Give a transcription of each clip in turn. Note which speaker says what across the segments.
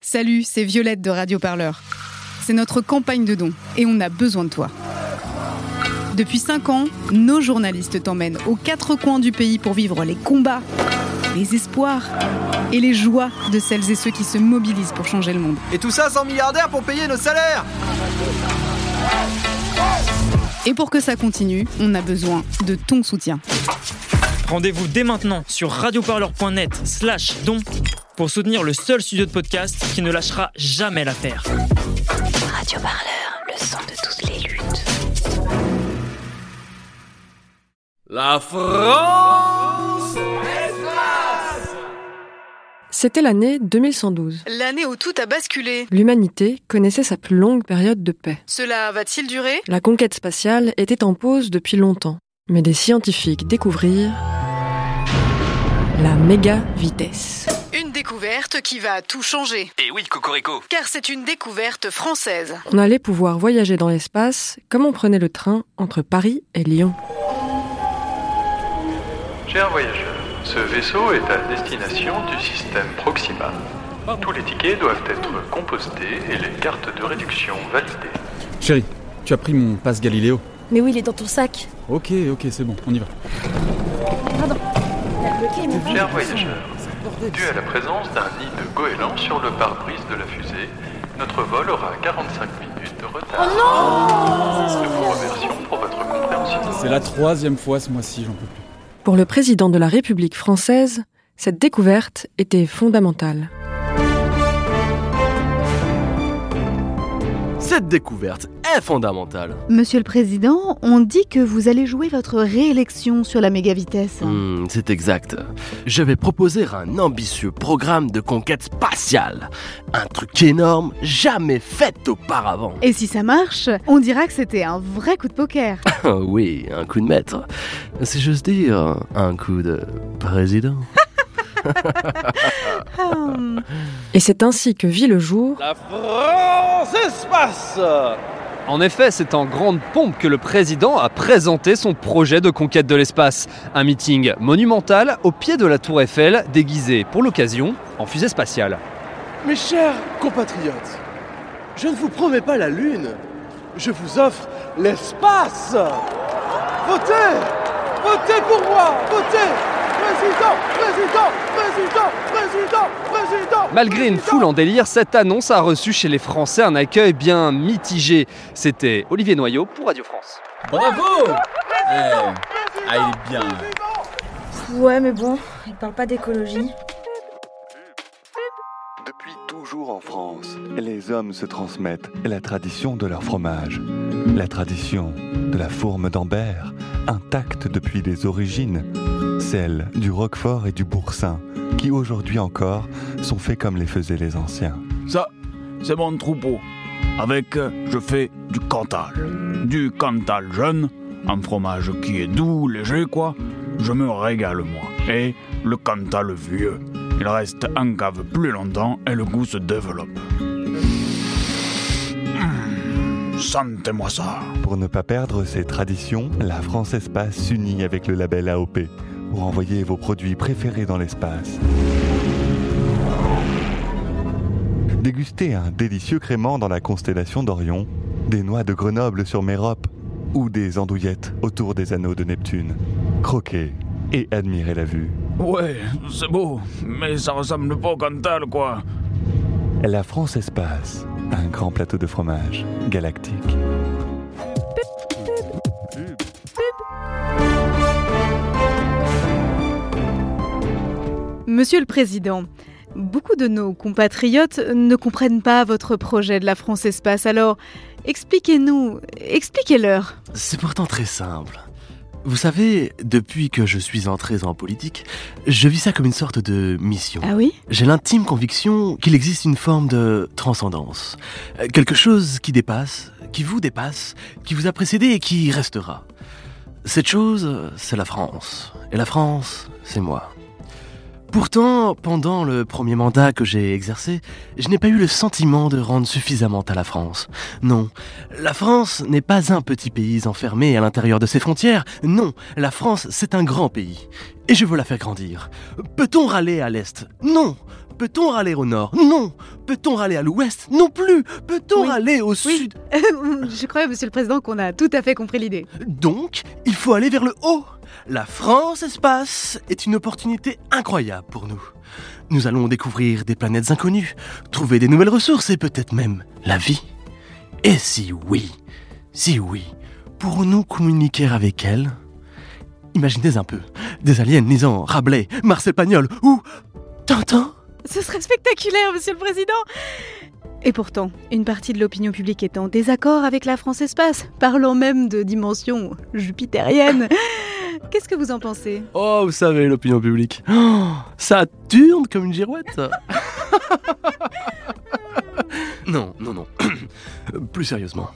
Speaker 1: Salut, c'est Violette de Radio Parleur. C'est notre campagne de dons et on a besoin de toi. Depuis 5 ans, nos journalistes t'emmènent aux quatre coins du pays pour vivre les combats, les espoirs et les joies de celles et ceux qui se mobilisent pour changer le monde.
Speaker 2: Et tout ça sans milliardaires pour payer nos salaires
Speaker 1: Et pour que ça continue, on a besoin de ton soutien.
Speaker 3: Rendez-vous dès maintenant sur radioparleur.net slash don pour soutenir le seul studio de podcast qui ne lâchera jamais l'affaire.
Speaker 4: Radio Parleur, le son de toutes les luttes.
Speaker 5: La France
Speaker 6: C'était l'année 2112.
Speaker 1: L'année où tout a basculé,
Speaker 6: L'humanité connaissait sa plus longue période de paix.
Speaker 1: cela va-t-il durer
Speaker 6: La conquête spatiale était en pause depuis longtemps, mais des scientifiques découvrirent la méga vitesse.
Speaker 1: Une découverte qui va tout changer,
Speaker 2: Et Eh oui, Cocorico
Speaker 1: car c'est une découverte française.
Speaker 6: On allait pouvoir voyager dans l'espace comme on prenait le train entre Paris et Lyon.
Speaker 7: Cher voyageur, ce vaisseau est à destination du système Proxima. Tous les tickets doivent être compostés et les cartes de réduction validées.
Speaker 8: Chérie, tu as pris mon passe Galiléo.
Speaker 9: Mais oui, il est dans ton sac.
Speaker 8: Ok, ok, c'est bon, on y va.
Speaker 9: Ah,
Speaker 7: Cher voyageur, dû à la présence d'un nid de goéland sur le pare-brise de la fusée, notre vol aura 45 minutes de retard.
Speaker 8: Oh
Speaker 7: Nous vous remercions pour votre compréhension.
Speaker 8: C'est la troisième fois ce mois-ci, j'en peux plus.
Speaker 6: Pour le président de la République française, cette découverte était fondamentale.
Speaker 5: Cette découverte est fondamentale.
Speaker 10: Monsieur le Président, on dit que vous allez jouer votre réélection sur la méga vitesse.
Speaker 5: Hmm, c'est exact. Je vais proposer un ambitieux programme de conquête spatiale. Un truc énorme, jamais fait auparavant.
Speaker 10: Et si ça marche, on dira que c'était un vrai coup de poker.
Speaker 5: Ah oui, un coup de maître. Si j'ose dire, un coup de président.
Speaker 10: Hum.
Speaker 6: Et c'est ainsi que vit le jour
Speaker 2: La France Espace
Speaker 11: En effet, c'est en grande pompe que le président a présenté son projet de conquête de l'espace. Un meeting monumental au pied de la Tour Eiffel, déguisé pour l'occasion en fusée spatiale.
Speaker 12: Mes chers compatriotes, je ne vous promets pas la Lune, je vous offre l'espace Votez Votez pour moi Votez Président Président Président Président Président
Speaker 11: Malgré une foule en délire, cette annonce a reçu chez les Français un accueil bien mitigé. C'était Olivier Noyau pour Radio France.
Speaker 12: Bravo
Speaker 13: Eh.
Speaker 8: ah, il est bien.
Speaker 9: Ouais, mais bon, il parle pas d'écologie.
Speaker 7: Depuis toujours en France, les hommes se transmettent la tradition de leur fromage, la tradition de la fourme d'Ambert, intacte depuis les origines, celle du Roquefort et du Boursin, qui aujourd'hui encore sont faits comme les faisaient les anciens.
Speaker 12: Ça, c'est mon troupeau. Avec, euh, je fais du Cantal. Du Cantal jeune, un fromage qui est doux, léger, quoi. Je me régale, moi. Et le Cantal vieux. Il reste en cave plus longtemps et le goût se développe. Mmh, Sentez-moi ça.
Speaker 7: Pour ne pas perdre ses traditions, la France Espace s'unit avec le label AOP pour envoyer vos produits préférés dans l'espace. Dégustez un délicieux crément dans la constellation d'Orion, des noix de Grenoble sur Mérope ou des andouillettes autour des anneaux de Neptune. Croquez et admirez la vue.
Speaker 12: Ouais, c'est beau, mais ça ressemble pas au Cantal, quoi.
Speaker 7: La France Espace, un grand plateau de fromage galactique.
Speaker 10: Monsieur le Président, beaucoup de nos compatriotes ne comprennent pas votre projet de la France Espace, alors expliquez-nous, expliquez-leur.
Speaker 5: C'est pourtant très simple. Vous savez, depuis que je suis entré en politique, je vis ça comme une sorte de mission.
Speaker 10: Ah oui
Speaker 5: J'ai l'intime conviction qu'il existe une forme de transcendance. Euh, Quelque chose qui dépasse, qui vous dépasse, qui vous a précédé et qui restera. Cette chose, c'est la France. Et la France, c'est moi. Pourtant, pendant le premier mandat que j'ai exercé, je n'ai pas eu le sentiment de rendre suffisamment à la France. Non, la France n'est pas un petit pays enfermé à l'intérieur de ses frontières. Non, la France, c'est un grand pays. Et je veux la faire grandir. Peut-on râler à l'Est Non Peut-on râler au nord Non Peut-on râler à l'ouest Non plus Peut-on râler au sud
Speaker 10: Je crois, Monsieur le Président, qu'on a tout à fait compris l'idée.
Speaker 5: Donc, il faut aller vers le haut La France Espace est une opportunité incroyable pour nous. Nous allons découvrir des planètes inconnues, trouver des nouvelles ressources et peut-être même la vie. Et si oui, si oui, pourrons-nous communiquer avec elle Imaginez un peu, des aliens lisant Rabelais, Marcel Pagnol ou Tintin
Speaker 10: Ce serait spectaculaire, Monsieur le Président Et pourtant, une partie de l'opinion publique est en désaccord avec la France Espace, parlant même de dimension jupitérienne. Qu'est-ce que vous en pensez
Speaker 5: Oh, vous savez, l'opinion publique. Oh, ça tourne comme une girouette. non, non, non. Plus sérieusement,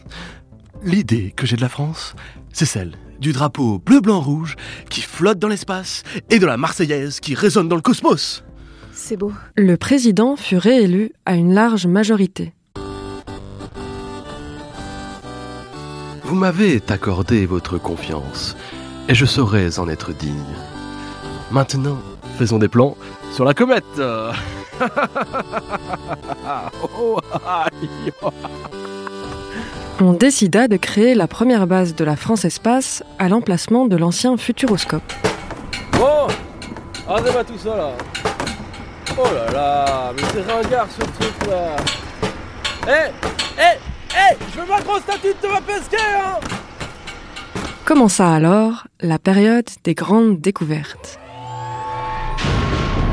Speaker 5: l'idée que j'ai de la France, c'est celle du drapeau bleu-blanc-rouge qui flotte dans l'espace et de la Marseillaise qui résonne dans le cosmos.
Speaker 10: C'est beau.
Speaker 6: Le président fut réélu à une large majorité.
Speaker 5: Vous m'avez accordé votre confiance et je saurais en être digne. Maintenant, faisons des plans sur la comète. Euh. Oh, aïe.
Speaker 6: On décida de créer la première base de la France Espace à l'emplacement de l'ancien Futuroscope.
Speaker 13: Bon Arrêtez pas Oh. tout ça là Oh là là Mais c'est ringard ce truc là Hé Hé Hé Je veux ma grosse statue de Thomas Pesquet hein
Speaker 6: Commença alors la période des grandes découvertes.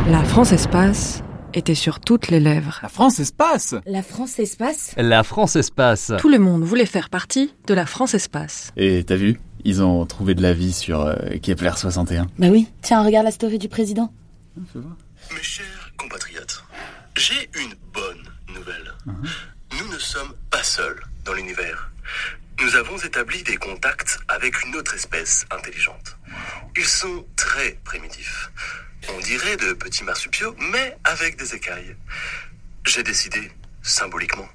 Speaker 6: La France Espace était sur toutes les lèvres.
Speaker 8: La France Espace
Speaker 14: La France Espace
Speaker 11: La France Espace.
Speaker 6: Tout le monde voulait faire partie de la France Espace.
Speaker 15: Et t'as vu Ils ont trouvé de la vie sur euh, Kepler 61.
Speaker 14: Bah oui, tiens, regarde la story du président.
Speaker 16: Mes chers compatriotes, j'ai une bonne nouvelle.
Speaker 12: Mmh.
Speaker 16: Nous ne sommes pas seuls dans l'univers. Nous avons établi des contacts avec une autre espèce intelligente. Ils sont très primitifs. On dirait de petits marsupiaux, mais avec des écailles. J'ai décidé, symboliquement,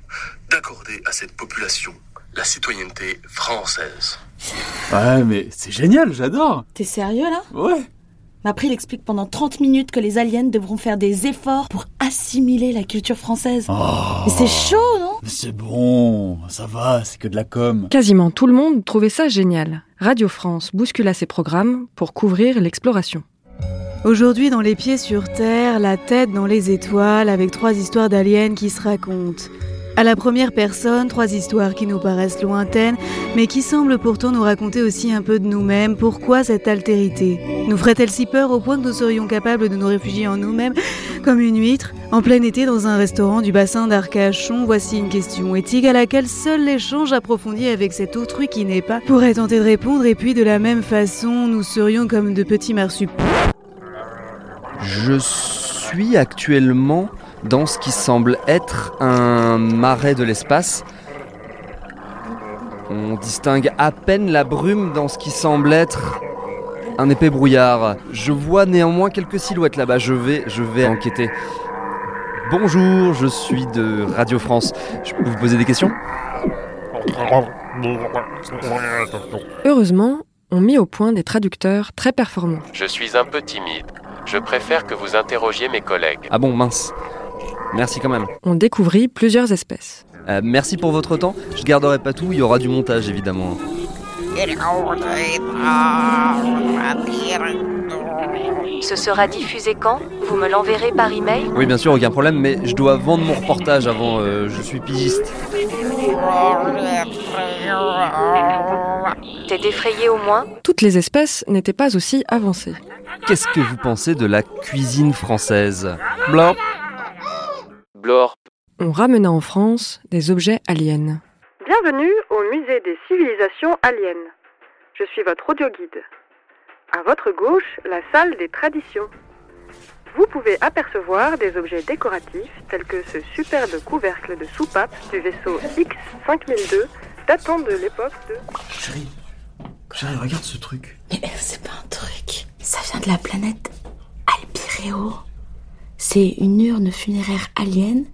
Speaker 16: d'accorder à cette population la citoyenneté française.
Speaker 8: Ouais, mais c'est génial, j'adore
Speaker 14: T'es sérieux là
Speaker 8: Ouais
Speaker 14: Mais après, il explique pendant 30 minutes que les aliens devront faire des efforts pour assimiler la culture française. Mais c'est chaud, non
Speaker 8: Mais c'est bon, ça va, c'est que de la com.
Speaker 6: Quasiment tout le monde trouvait ça génial. Radio France bouscula ses programmes pour couvrir l'exploration.
Speaker 10: Aujourd'hui, dans les pieds sur terre, la tête dans les étoiles, avec trois histoires d'aliens qui se racontent. À la première personne, trois histoires qui nous paraissent lointaines, mais qui semblent pourtant nous raconter aussi un peu de nous-mêmes. Pourquoi cette altérité Nous ferait-elle si peur au point que nous serions capables de nous réfugier en nous-mêmes, comme une huître En plein été, dans un restaurant du bassin d'Arcachon, voici une question éthique à laquelle seul l'échange approfondi avec cet autrui qui n'est pas pourrait tenter de répondre, et puis de la même façon, nous serions comme de petits marsupiaux.
Speaker 17: Je suis actuellement dans ce qui semble être un marais de l'espace. On distingue à peine la brume dans ce qui semble être un épais brouillard. Je vois néanmoins quelques silhouettes là-bas. Je vais, je vais enquêter. Bonjour, je suis de Radio France. Je peux vous poser des questions
Speaker 18: Eh,
Speaker 6: Heureusement, on mit au point des traducteurs très performants.
Speaker 19: Je suis un peu timide. Je préfère que vous interrogiez mes collègues.
Speaker 17: Ah bon, mince. Merci quand même.
Speaker 6: On découvrit plusieurs espèces.
Speaker 17: Euh, merci pour votre temps. Je garderai pas tout, il y aura du montage évidemment.
Speaker 4: Ce sera diffusé quand Vous me l'enverrez par email
Speaker 17: Oui, bien sûr, aucun problème, mais je dois vendre mon reportage avant. euh, je suis pigiste.
Speaker 4: T'es défrayé au moins
Speaker 6: Toutes les espèces n'étaient pas aussi avancées.
Speaker 17: Qu'est-ce que vous pensez de la cuisine française
Speaker 19: Blorp. Blorp.
Speaker 6: On ramena en France des objets aliens.
Speaker 20: Bienvenue au musée des civilisations aliens. Je suis votre audioguide. À votre gauche, la salle des traditions. Vous pouvez apercevoir des objets décoratifs tels que ce superbe couvercle de soupape du vaisseau X-5002 datant de l'époque de...
Speaker 18: Chérie, chérie, regarde ce truc.
Speaker 14: Mais eh, c'est pas un truc. Ça vient de la planète Alpireo. C'est une urne funéraire alien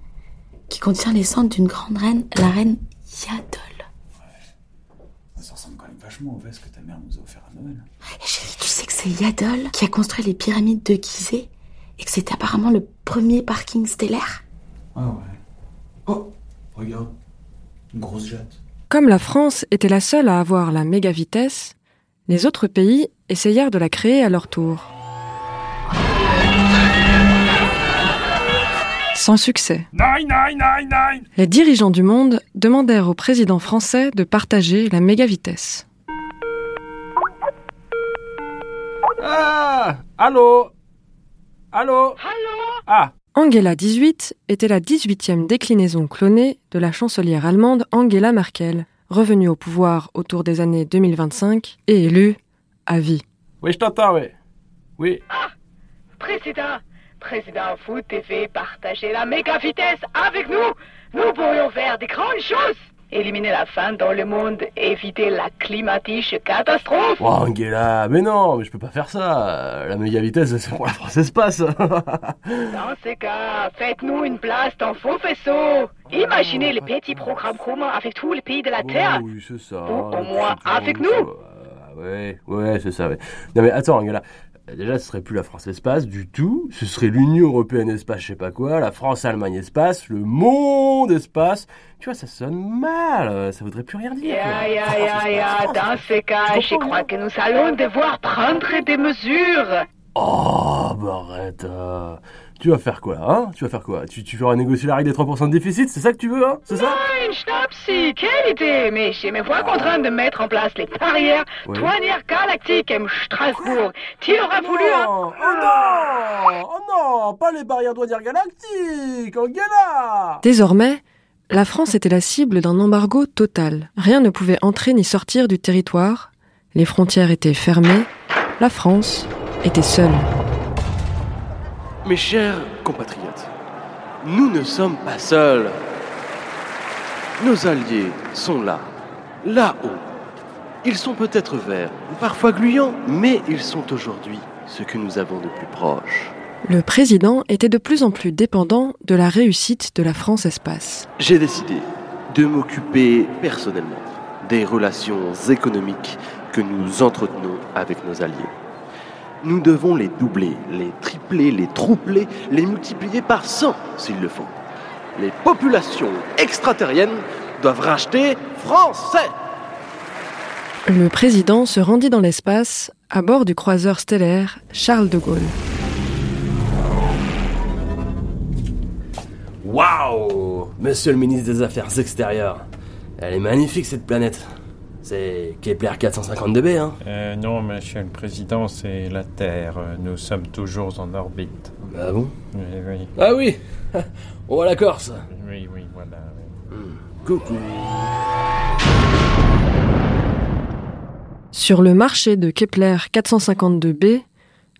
Speaker 14: qui contient les cendres d'une grande reine, la reine Yadol.
Speaker 18: Ça ressemble quand même vachement au vase que ta mère nous a offert à Noël.
Speaker 14: Et chérie, tu sais que c'est Yadol qui a construit les pyramides de Gizeh et que c'était apparemment le premier parking stellaire.
Speaker 18: Ah ouais. Oh, regarde. Une grosse jatte.
Speaker 6: Comme la France était la seule à avoir la méga vitesse, les autres pays essayèrent de la créer à leur tour. Sans succès.
Speaker 12: Nine, nine, nine, nine
Speaker 6: Les dirigeants du monde demandèrent au président français de partager la méga vitesse.
Speaker 13: Ah Allô Allô Ah
Speaker 6: Angela 18 était la 18e déclinaison clonée de la chancelière allemande Angela Merkel, revenue au pouvoir autour des années 2025 et élue à vie.
Speaker 13: Oui, je t'entends, oui. Oui.
Speaker 21: Président, président, vous devez partager la méga vitesse avec nous. Nous pourrions faire des grandes choses. Éliminer la faim dans le monde, éviter la climatique catastrophe.
Speaker 13: Oh, Angela, mais non, mais je peux pas faire ça. La méga vitesse, c'est pour la France Espace.
Speaker 21: Dans ce cas, faites-nous une place dans vos vaisseaux. Imaginez les petits programmes communs avec tous les pays de la Terre.
Speaker 13: Oui, Ah, c'est ça.
Speaker 21: Ou au moins avec nous.
Speaker 13: Ah ouais, ouais, c'est ça, ouais. Non, mais attends, Angela. Déjà, ce serait plus la France Espace du tout, ce serait l'Union Européenne Espace, je sais pas quoi, la France Allemagne Espace, le monde Espace. Tu vois, ça sonne mal, euh, ça voudrait plus rien dire.
Speaker 21: Ya, ya, ya,
Speaker 13: Ah,
Speaker 21: ya, dans ce cas, je crois que nous allons devoir prendre des mesures.
Speaker 13: Oh, bah arrête. euh, Tu vas faire quoi, hein Tu vas faire quoi tu, tu feras négocier la règle des 3% de déficit, c'est ça que tu veux, hein C'est ça
Speaker 21: Nein, stopp, si, quelle idée Mais je me vois contrainte de mettre en place les barrières
Speaker 13: Oui.
Speaker 21: douanières galactiques à Strasbourg. Tu auras voulu...
Speaker 13: Oh non Oh non Pas les barrières douanières galactiques Angela
Speaker 6: Désormais, la France était la cible d'un embargo total. Rien ne pouvait entrer ni sortir du territoire, les frontières étaient fermées, la France était seule.
Speaker 5: Mes chers compatriotes, nous ne sommes pas seuls. Nos alliés sont là, là-haut. Ils sont peut-être verts, parfois gluants, mais ils sont aujourd'hui ce que nous avons de plus proche.
Speaker 6: Le président était de plus en plus dépendant de la réussite de la France-Espace.
Speaker 5: J'ai décidé de m'occuper personnellement des relations économiques que nous entretenons avec nos alliés. Nous devons les doubler, les tripler, les troupler, les multiplier par 100 s'il le faut. Les populations extraterriennes doivent racheter français.
Speaker 6: Le président se rendit dans l'espace à bord du croiseur stellaire Charles de Gaulle.
Speaker 22: Waouh Monsieur le ministre des Affaires extérieures, elle est magnifique cette planète. C'est Kepler 452b, hein
Speaker 23: Euh, non, monsieur le président, c'est la Terre. Nous sommes toujours en orbite.
Speaker 22: Ah bon
Speaker 23: Oui, oui.
Speaker 22: Ah oui On voit la Corse Hmm,
Speaker 23: Oui, oui, voilà. oui.
Speaker 22: Coucou
Speaker 6: Sur le marché de Kepler 452b,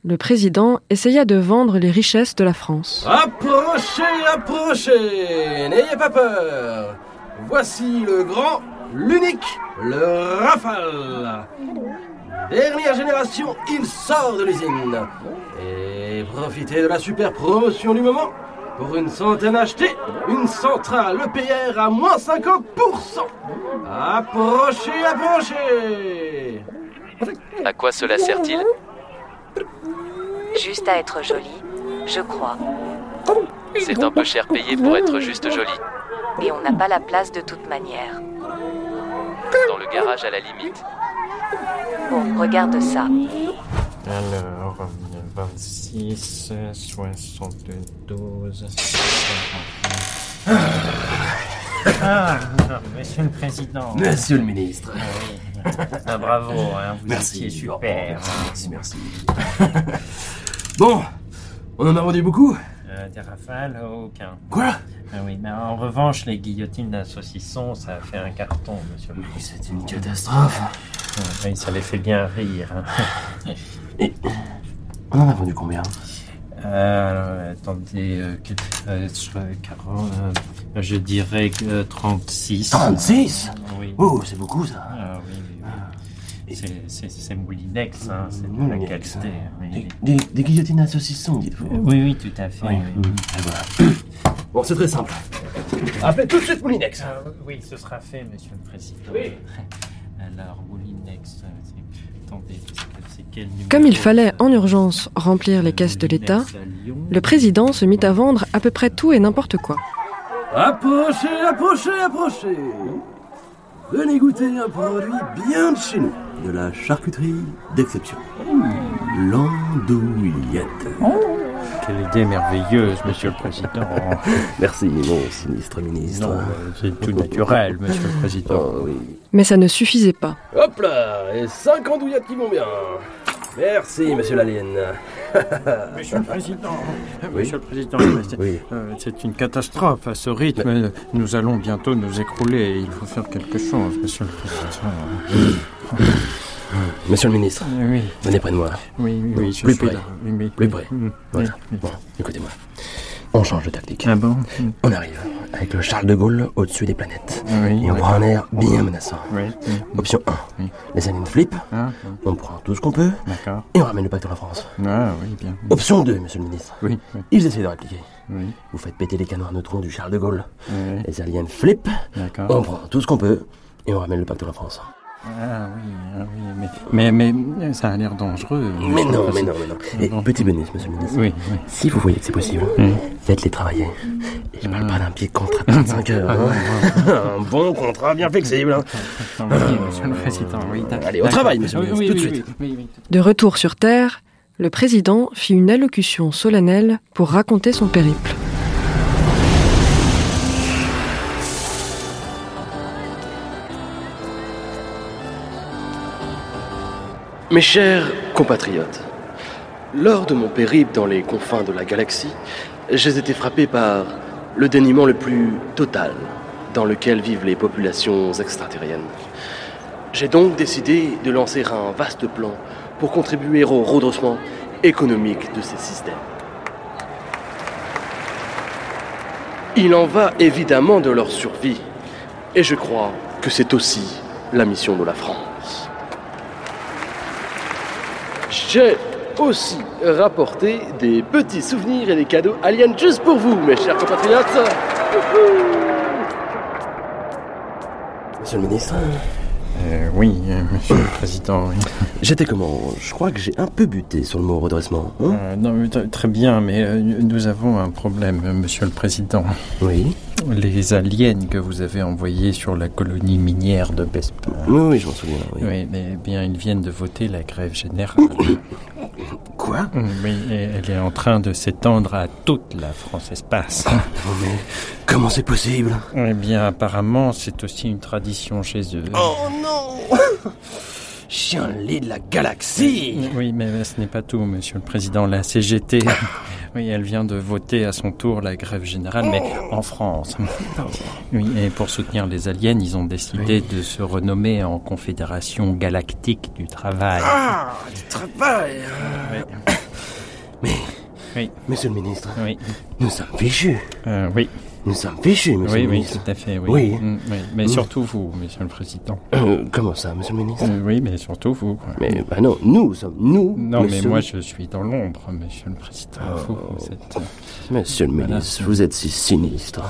Speaker 6: le président essaya de vendre les richesses de la France.
Speaker 22: Approchez, approchez N'ayez pas peur Voici le grand, l'unique, le Rafale Dernière génération, il sort de l'usine Et profitez de la super promotion du moment Pour une centaine achetée, une centrale EPR à moins 50% Approchez, approchez
Speaker 19: À quoi cela sert-il
Speaker 4: Juste à être jolie, je crois.
Speaker 19: C'est un peu cher payé pour être juste joli.
Speaker 4: Et on n'a pas la place de toute manière.
Speaker 19: Dans le garage à la limite.
Speaker 4: Bon, regarde ça.
Speaker 23: Alors, euh, 26, 72, 49. Ah, non, monsieur le président.
Speaker 22: Monsieur le ministre.
Speaker 23: Ah oui. Ah, bravo, hein, vous
Speaker 22: Merci.
Speaker 23: étiez super.
Speaker 22: Merci, merci. bon, on en a vendu beaucoup
Speaker 23: Euh, des rafales, aucun.
Speaker 22: Quoi
Speaker 23: Ah oui, mais en revanche, les guillotines d'un saucisson, ça a fait un carton, monsieur le président.
Speaker 22: C'est une catastrophe.
Speaker 23: Ouais, ça les fait bien rire. hein.
Speaker 22: On en a vendu combien
Speaker 23: Euh, attendez, euh, que- euh, soit 40, euh, je dirais que euh, 36.
Speaker 22: 36
Speaker 23: Oui.
Speaker 22: Oh, c'est beaucoup ça.
Speaker 23: Ah oui, oui, oui. C'est- C'est c'est Moulinex, hein, c'est de la
Speaker 22: Moulinex,
Speaker 23: qualité. hein, oui.
Speaker 22: Des, des guillotines à saucisson, dites-vous.
Speaker 23: Oui, oui, tout à fait.
Speaker 22: Oui,
Speaker 23: oui.
Speaker 22: oui. Ah, voilà. Bon, c'est très simple. Appelez tout de suite Moulinex.
Speaker 23: Ah, oui, ce sera fait, monsieur le président.
Speaker 22: Oui.
Speaker 23: Alors, Moulinex, euh, c'est- attendez, c'est quel numéro
Speaker 6: Comme il fallait en urgence remplir les caisses de l'État, le président se mit à vendre à peu près tout et n'importe quoi.
Speaker 5: Approchez, approchez, approchez. Venez goûter un produit bien de chez nous. De la charcuterie d'exception. L'andouillette.
Speaker 23: Oh. Quelle idée merveilleuse, monsieur le président.
Speaker 5: Merci, mon sinistre ministre. Oh,
Speaker 23: Non, euh, c'est tout naturel, monsieur le président.
Speaker 6: Mais ça ne suffisait pas.
Speaker 5: Hop là Et cinq andouillettes qui vont bien. Merci, monsieur Lalienne.
Speaker 23: Monsieur le Président,
Speaker 5: Oui.
Speaker 23: Ah, Monsieur le Président, c'est- euh, c'est une catastrophe à ce rythme. Nous allons bientôt nous écrouler et il faut faire quelque chose, Monsieur le Président.
Speaker 5: Monsieur le ministre,
Speaker 23: Oui.
Speaker 5: venez près de moi.
Speaker 23: Oui, oui, oui, je
Speaker 5: Plus
Speaker 23: suis
Speaker 5: près.
Speaker 23: là. Oui, oui,
Speaker 5: Plus
Speaker 23: oui.
Speaker 5: près.
Speaker 23: Mm.
Speaker 5: Voilà.
Speaker 23: Oui.
Speaker 5: Bon, écoutez-moi. On change de tactique.
Speaker 23: Ah bon
Speaker 5: On arrive avec le Charles de Gaulle au-dessus des planètes.
Speaker 23: Oui,
Speaker 5: Et on
Speaker 23: oui.
Speaker 5: prend un air bien menaçant.
Speaker 23: Oui.
Speaker 5: Option 1. Les aliens flippent.
Speaker 23: Ah,
Speaker 5: On prend tout ce qu'on peut.
Speaker 23: D'accord.
Speaker 5: Et on ramène le pacte en France.
Speaker 23: Ah, oui, bien.
Speaker 5: Option 2, monsieur le ministre.
Speaker 23: Oui, oui.
Speaker 5: Ils essaient de répliquer.
Speaker 23: Oui.
Speaker 5: Vous faites péter les canons à neutrons du Charles de Gaulle.
Speaker 23: Oui.
Speaker 5: Les aliens flippent.
Speaker 23: D'accord.
Speaker 5: On prend tout ce qu'on peut. Et on ramène le pacte en France.
Speaker 23: Ah oui, ah oui, mais, mais, mais ça a l'air dangereux.
Speaker 5: Mais non, mais non, mais non. Et petit bonus, monsieur le ministre.
Speaker 23: Oui, oui. Hum.
Speaker 5: Si vous voyez que c'est possible, faites-les travailler. Et
Speaker 23: Ah.
Speaker 5: je parle pas d'un petit contrat de 35 heures. hein. un bon contrat bien flexible. hein. Euh,
Speaker 23: Oui, monsieur le Président, oui, d'accord.
Speaker 5: Allez, au travail, monsieur le
Speaker 23: Oui, oui,
Speaker 5: ministre, tout de
Speaker 23: oui,
Speaker 5: suite.
Speaker 23: oui, oui, oui.
Speaker 6: De retour sur Terre, le président fit une allocution solennelle pour raconter son périple.
Speaker 24: Mes chers compatriotes, lors de mon périple dans les confins de la galaxie, j'ai été frappé par le dénuement le plus total dans lequel vivent les populations extraterriennes. J'ai donc décidé de lancer un vaste plan pour contribuer au redressement économique de ces systèmes. Il en va évidemment de leur survie, et je crois que c'est aussi la mission de la France. J'ai aussi rapporté des petits souvenirs et des cadeaux aliens juste pour vous, mes chers compatriotes.
Speaker 5: Monsieur le ministre,
Speaker 23: Euh, oui, euh, monsieur le Président, oui.
Speaker 5: j'étais comment Je crois que j'ai un peu buté sur le mot redressement. hein
Speaker 23: Euh, non, mais t- très bien, mais euh, nous avons un problème, euh, Monsieur le Président.
Speaker 5: Oui.
Speaker 23: Les aliens que vous avez envoyés sur la colonie minière de Bespa.
Speaker 5: Oui, oui, je m'en souviens. Oui.
Speaker 23: Oui, mais eh bien, ils viennent de voter la grève générale. Mm,
Speaker 5: Quoi
Speaker 23: Oui, et elle est en train de s'étendre à toute la France-Espace.
Speaker 5: Ah, mais comment c'est possible
Speaker 23: Eh bien, apparemment, c'est aussi une tradition chez eux.
Speaker 5: Oh non Chien lit de la galaxie
Speaker 23: Oui, mais euh, ce n'est pas tout, Monsieur le Président. La CGT, oui, elle vient de voter à son tour la grève générale, mais
Speaker 5: Oh.
Speaker 23: en France. Oui, et pour soutenir les aliens, ils ont décidé de se renommer en Confédération Galactique du Travail.
Speaker 5: Ah, du travail hein.
Speaker 23: Oui,
Speaker 5: Monsieur le ministre,
Speaker 23: oui.
Speaker 5: nous sommes fichus.
Speaker 23: Euh, oui.
Speaker 5: Nous sommes fichus, monsieur
Speaker 23: Oui,
Speaker 5: le
Speaker 23: oui,
Speaker 5: ministre.
Speaker 23: tout à fait, oui.
Speaker 5: Oui.
Speaker 23: Mm, oui, Mais
Speaker 5: Mm.
Speaker 23: surtout vous, Monsieur le Président.
Speaker 5: Euh, comment ça, monsieur le ministre
Speaker 23: Euh, oui, mais surtout vous.
Speaker 5: Mais bah non, nous sommes nous.
Speaker 23: Non,
Speaker 5: nous
Speaker 23: mais
Speaker 5: sommes-
Speaker 25: sommes-
Speaker 23: moi, je suis dans l'ombre, Monsieur le Président. Vous,
Speaker 5: Oh.
Speaker 23: vous êtes...
Speaker 5: Monsieur le
Speaker 23: Voilà.
Speaker 5: ministre, vous êtes si sinistre.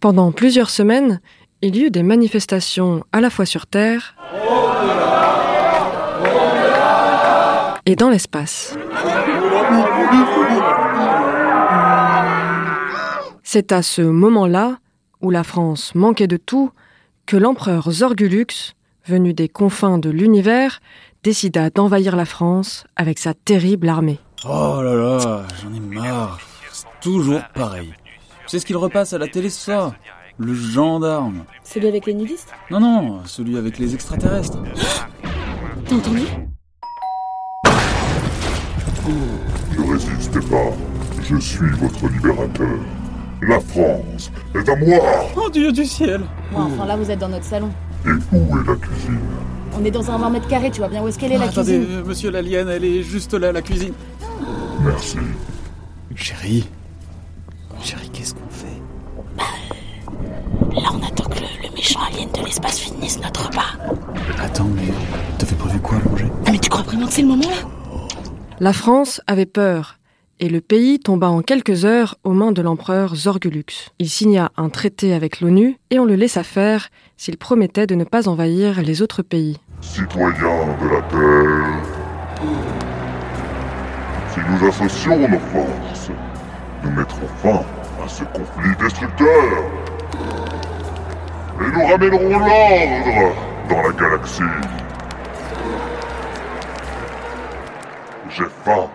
Speaker 6: Pendant plusieurs semaines, il y eut des manifestations à la fois sur Terre et dans l'espace. C'est à ce moment-là, où la France manquait de tout, que l'empereur Zorgulux, venu des confins de l'univers, décida d'envahir la France avec sa terrible armée.
Speaker 8: Oh là là, j'en ai marre. Toujours pareil. C'est ce qu'il repasse à la télé ce soir. Le gendarme.
Speaker 26: Celui avec les nudistes
Speaker 8: Non, non, celui avec les extraterrestres.
Speaker 26: T'as entendu
Speaker 1: Ne résistez pas, je suis votre libérateur. La France est à moi
Speaker 8: Oh Dieu du ciel
Speaker 9: Bon, enfin là, vous êtes dans notre salon.
Speaker 1: Et où est la cuisine
Speaker 9: On est dans un 20 mètres carrés, tu vois bien où est-ce qu'elle est la
Speaker 8: Attendez,
Speaker 9: cuisine
Speaker 8: euh, monsieur l'alien, elle est juste là, la cuisine.
Speaker 1: Merci.
Speaker 8: Chérie. Chérie, qu'est-ce qu'on fait
Speaker 13: Bah, Là, on attend que le, le méchant alien de l'espace finisse notre repas.
Speaker 8: Attends, mais t'avais prévu quoi à manger
Speaker 13: Non, mais tu crois vraiment que c'est le moment là
Speaker 6: La France avait peur. et le pays tomba en quelques heures aux mains de l'empereur Zorgulux. Il signa un traité avec l'ONU et on le laissa faire s'il promettait de ne pas envahir les autres pays.
Speaker 1: Citoyens de la Terre, si nous associons nos forces, nous mettrons fin à ce conflit destructeur et nous ramènerons l'ordre dans la galaxie. J'ai faim.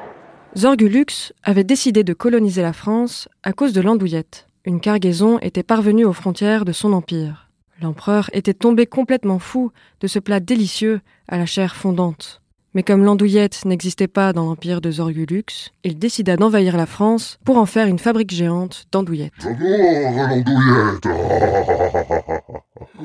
Speaker 6: Zorgulux avait décidé de coloniser la France à cause de l'andouillette. Une cargaison était parvenue aux frontières de son empire. L'empereur était tombé complètement fou de ce plat délicieux à la chair fondante. Mais comme l'andouillette n'existait pas dans l'empire de Zorgulux, il décida d'envahir la France pour en faire une fabrique géante d'andouillettes.
Speaker 1: J'adore l'andouillette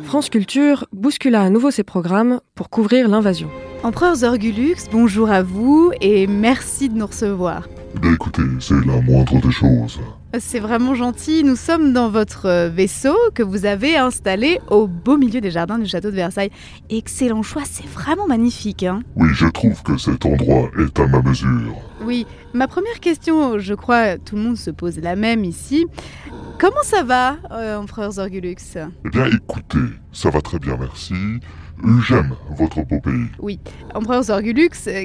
Speaker 6: France Culture bouscula à nouveau ses programmes pour couvrir l'invasion.
Speaker 10: Empereur Zorgulux, bonjour à vous et merci de nous recevoir.
Speaker 1: Eh bien, écoutez, c'est la moindre des choses.
Speaker 10: C'est vraiment gentil, nous sommes dans votre vaisseau que vous avez installé au beau milieu des jardins du château de Versailles. Excellent choix, c'est vraiment magnifique. hein.
Speaker 1: Oui, je trouve que cet endroit est à ma mesure.
Speaker 10: oui, ma première question, je crois tout le monde se pose la même ici. Comment ça va, euh, Empereur Zorgulux
Speaker 1: Eh bien, écoutez, ça va très bien, merci. J'aime votre beau pays.
Speaker 10: Oui, Empereur Zorgulux, euh,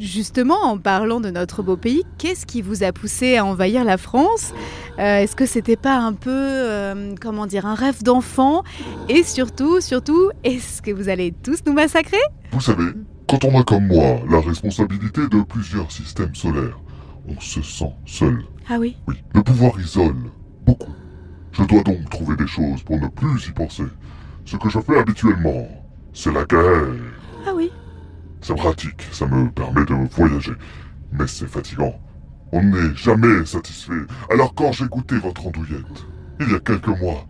Speaker 10: justement, en parlant de notre beau pays, qu'est-ce qui vous a poussé à envahir la France Euh, Est-ce que c'était pas un peu, euh, comment dire, un rêve d'enfant Et surtout, surtout, est-ce que vous allez tous nous massacrer
Speaker 1: Vous savez, quand on a comme moi la responsabilité de plusieurs systèmes solaires, on se sent seul.
Speaker 10: Ah oui
Speaker 1: Oui, le pouvoir isole beaucoup. Je dois donc trouver des choses pour ne plus y penser. Ce que je fais habituellement, c'est la guerre.
Speaker 10: Ah oui
Speaker 1: C'est pratique, ça me permet de voyager. Mais c'est fatigant. On n'est jamais satisfait. Alors quand j'ai goûté votre andouillette, il y a quelques mois,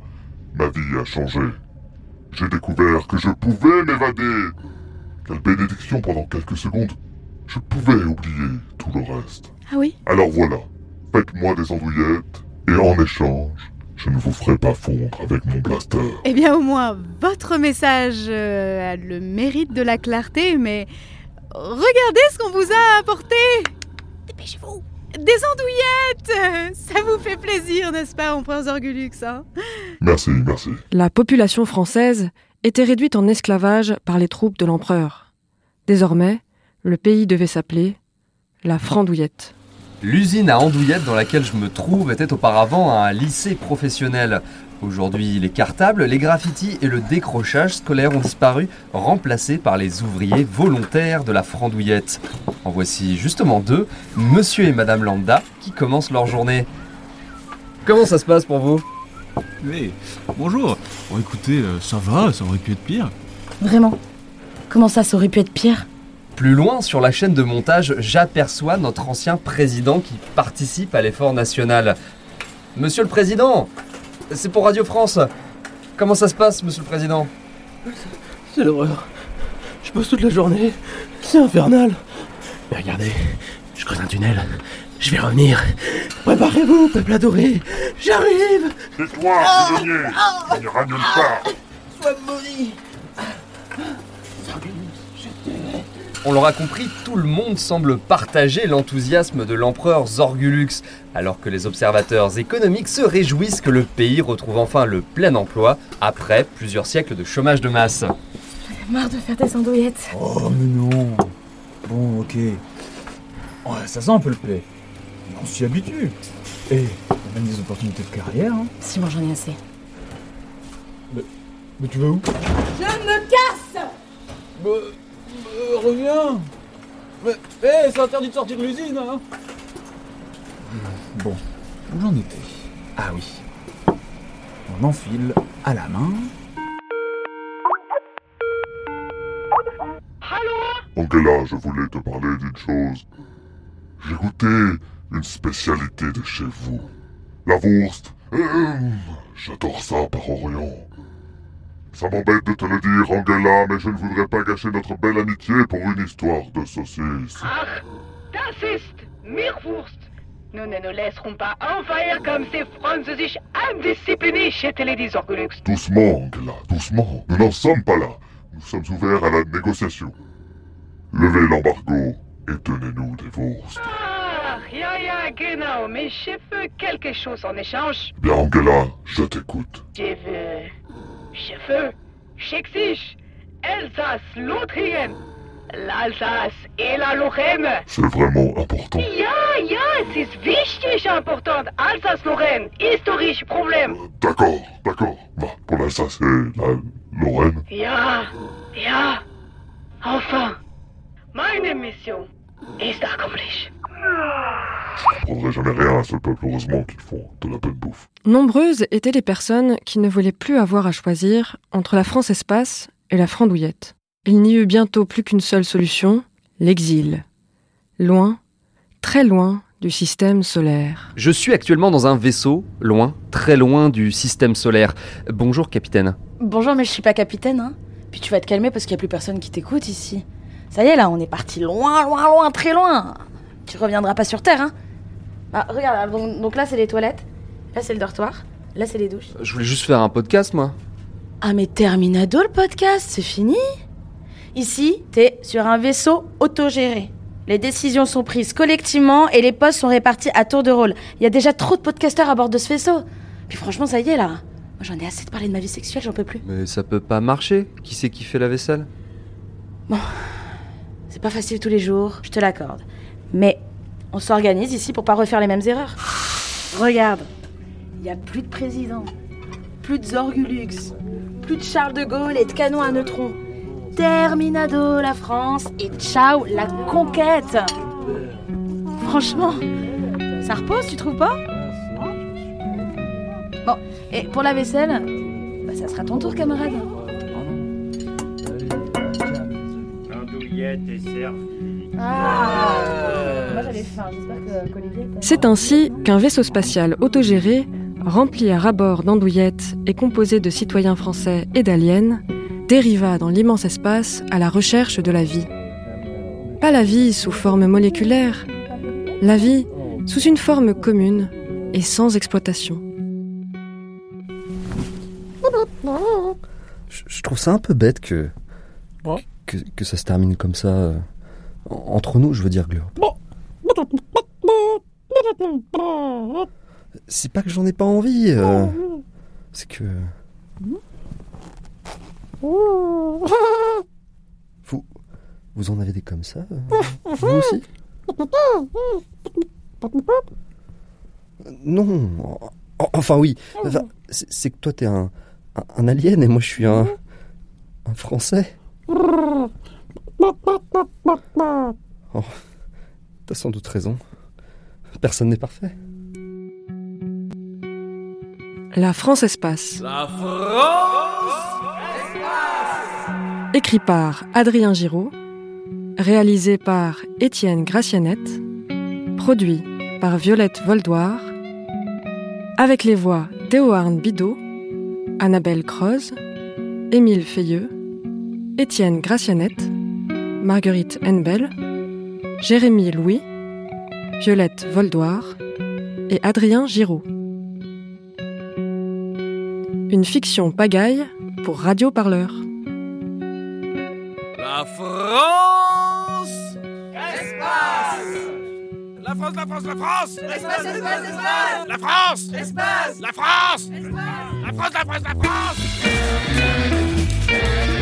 Speaker 1: ma vie a changé. J'ai découvert que je pouvais m'évader. Quelle bénédiction pendant quelques secondes. Je pouvais oublier tout le reste.
Speaker 10: Ah oui
Speaker 1: Alors voilà, faites-moi des andouillettes, et en échange, je ne vous ferai pas fondre avec mon blaster.
Speaker 10: Eh bien, au moins, votre message euh, a le mérite de la clarté, mais regardez ce qu'on vous a apporté Dépêchez-vous Des andouillettes Ça vous fait plaisir, n'est-ce pas, Empereur Zorgulux hein
Speaker 1: Merci, merci.
Speaker 6: La population française était réduite en esclavage par les troupes de l'empereur. Désormais, le pays devait s'appeler la Frandouillette.
Speaker 17: L'usine à andouillettes dans laquelle je me trouve était auparavant un lycée professionnel. Aujourd'hui, les cartables, les graffitis et le décrochage scolaire ont disparu, remplacés par les ouvriers volontaires de la frandouillette. En voici justement deux, monsieur et madame Lambda, qui commencent leur journée. Comment ça se passe pour vous
Speaker 3: Hey, Eh, bonjour. Bon, écoutez, euh, ça va, ça aurait pu être pire.
Speaker 14: Vraiment Comment ça, ça aurait pu être pire
Speaker 17: Plus loin sur la chaîne de montage, j'aperçois notre ancien président qui participe à l'effort national. Monsieur le président, c'est pour Radio France. Comment ça se passe, monsieur le président
Speaker 13: C'est l'horreur. Je bosse toute la journée. C'est infernal. Mais regardez, je creuse un tunnel. Je vais revenir. Préparez-vous, peuple adoré. Ah, J'arrive
Speaker 1: Tais-toi, prisonnier Il n'y aura nulle part
Speaker 13: Sois maudit
Speaker 17: On l'aura compris, tout le monde semble partager l'enthousiasme de l'empereur Zorgulux, alors que les observateurs économiques se réjouissent que le pays retrouve enfin le plein emploi après plusieurs siècles de chômage de masse.
Speaker 14: Marre de faire des andouillettes.
Speaker 3: Oh, mais non. Bon, ok. Ouais, ça sent un peu le plaid. Mais On s'y habitue. Et on a même des opportunités de carrière. hein.
Speaker 14: Si, moi j'en ai assez.
Speaker 3: Mais tu vas où
Speaker 2: Je me casse
Speaker 13: Bah, bah, reviens Mais, hé, c'est interdit de sortir de l'usine, hein
Speaker 3: Bon, où j'en étais Ah oui. On enfile à la main.
Speaker 1: Angela, je voulais te parler d'une chose. J'ai goûté une spécialité de chez vous. La Wurst. Hum, J'adore ça par Orient. Ça m'embête de te le dire, Angela, mais je ne voudrais pas gâcher notre belle amitié pour une histoire de saucisse.
Speaker 21: T'insistes, Mirwurst Nous ne nous laisserons pas envahir comme ces franzesisches indisciplinés chez Télédis Orgulux.
Speaker 1: Doucement, Angela, doucement. Nous n'en sommes pas là. Nous sommes ouverts à la négociation. Levez l'embargo et tenez-nous des Wurst.
Speaker 21: Ah, aïe aïe Genau, mais je veux quelque chose en échange.
Speaker 1: Bien, Angela, je t'écoute.
Speaker 21: Je veux. Je veux. J'exige. Alsace, Lothringen. L'Alsace et la Lorraine.
Speaker 1: C'est vraiment important.
Speaker 21: Ja, ja, es ist wichtig, important. Alsace-Lorraine, historisch Problem.
Speaker 1: D'accord, d'accord. Bah, pour l'Alsace et la Lorraine,
Speaker 21: Ja, ja. Enfin, meine Mission ist accomplished.
Speaker 1: je prendrai jamais rien à ce peuple. Heureusement qu'ils font de la bonne bouffe.
Speaker 6: Nombreuses étaient les personnes qui ne voulaient plus avoir à choisir entre la France-Espace et la Frandouillette. Il n'y eut bientôt plus qu'une seule solution, l'exil. Loin, très loin du système solaire.
Speaker 17: Je suis actuellement dans un vaisseau, loin, très loin du système solaire. Bonjour, capitaine.
Speaker 9: Bonjour, mais je suis pas capitaine, hein. Puis tu vas te calmer parce qu'il y a plus personne qui t'écoute ici. Ça y est, là, on est parti loin, loin, loin, très loin. Tu reviendras pas sur Terre, hein. Ah, regarde, donc, donc là, c'est les toilettes. Là, c'est le dortoir. Là, c'est les douches.
Speaker 17: Je voulais juste faire un podcast, moi.
Speaker 9: Ah, mais terminado le podcast, c'est fini. Ici, t'es sur un vaisseau autogéré. Les décisions sont prises collectivement et les postes sont répartis à tour de rôle. Il y a déjà trop de podcasteurs à bord de ce vaisseau. Puis franchement, ça y est, là. Moi, j'en ai assez de parler de ma vie sexuelle, j'en peux plus.
Speaker 17: Mais ça peut pas marcher. Qui c'est qui fait la vaisselle
Speaker 9: Bon, c'est pas facile tous les jours, je te l'accorde. Mais on s'organise ici pour pas refaire les mêmes erreurs. Regarde, il y a plus de président, plus de Zorgulux, plus de Charles de Gaulle et de canon à neutrons. Terminado la France et ciao la conquête. Franchement, ça repose, tu trouves pas Bon, et pour la vaisselle, bah, ça sera ton tour, camarade.
Speaker 7: Andouillette est servie.
Speaker 9: Ah.
Speaker 23: Euh,
Speaker 9: Moi j'avais faim, j'espère que Olivier.
Speaker 6: C'est ainsi qu'un vaisseau spatial autogéré, rempli à ras-bord d'andouillettes et composé de citoyens français et d'aliens, dériva dans l'immense espace à la recherche de la vie. Pas la vie sous forme moléculaire, la vie sous une forme commune et sans exploitation.
Speaker 17: Je, je trouve ça un peu bête que, que, que ça se termine comme ça. euh, en- Entre nous, je veux dire, Glure. C'est pas que j'en ai pas envie. euh, c'est que. Vous. Vous en avez des comme ça euh Vous aussi Non. en- Enfin, oui. Enfin, c'est c'est que toi, t'es un, un, un alien et moi, je suis un. un français. Oh, t'as sans doute raison. Personne n'est parfait.
Speaker 6: La France-Espace.
Speaker 22: La France
Speaker 6: Écrit par Adrien Giraud, réalisé par Étienne Gracianette, produit par Violette Voldoir, avec les voix d'Éoarn Bidot, Annabelle Croze, Émile Feilleux, Étienne Gracianette, Marguerite Henbel, Jérémy Louis, Violette Voldoir et Adrien Giraud. Une fiction pagaille pour Radio Parleur.
Speaker 22: La France Espace La France, la France, la France Espace, espace, espace La France Espace La France La France, la France, la France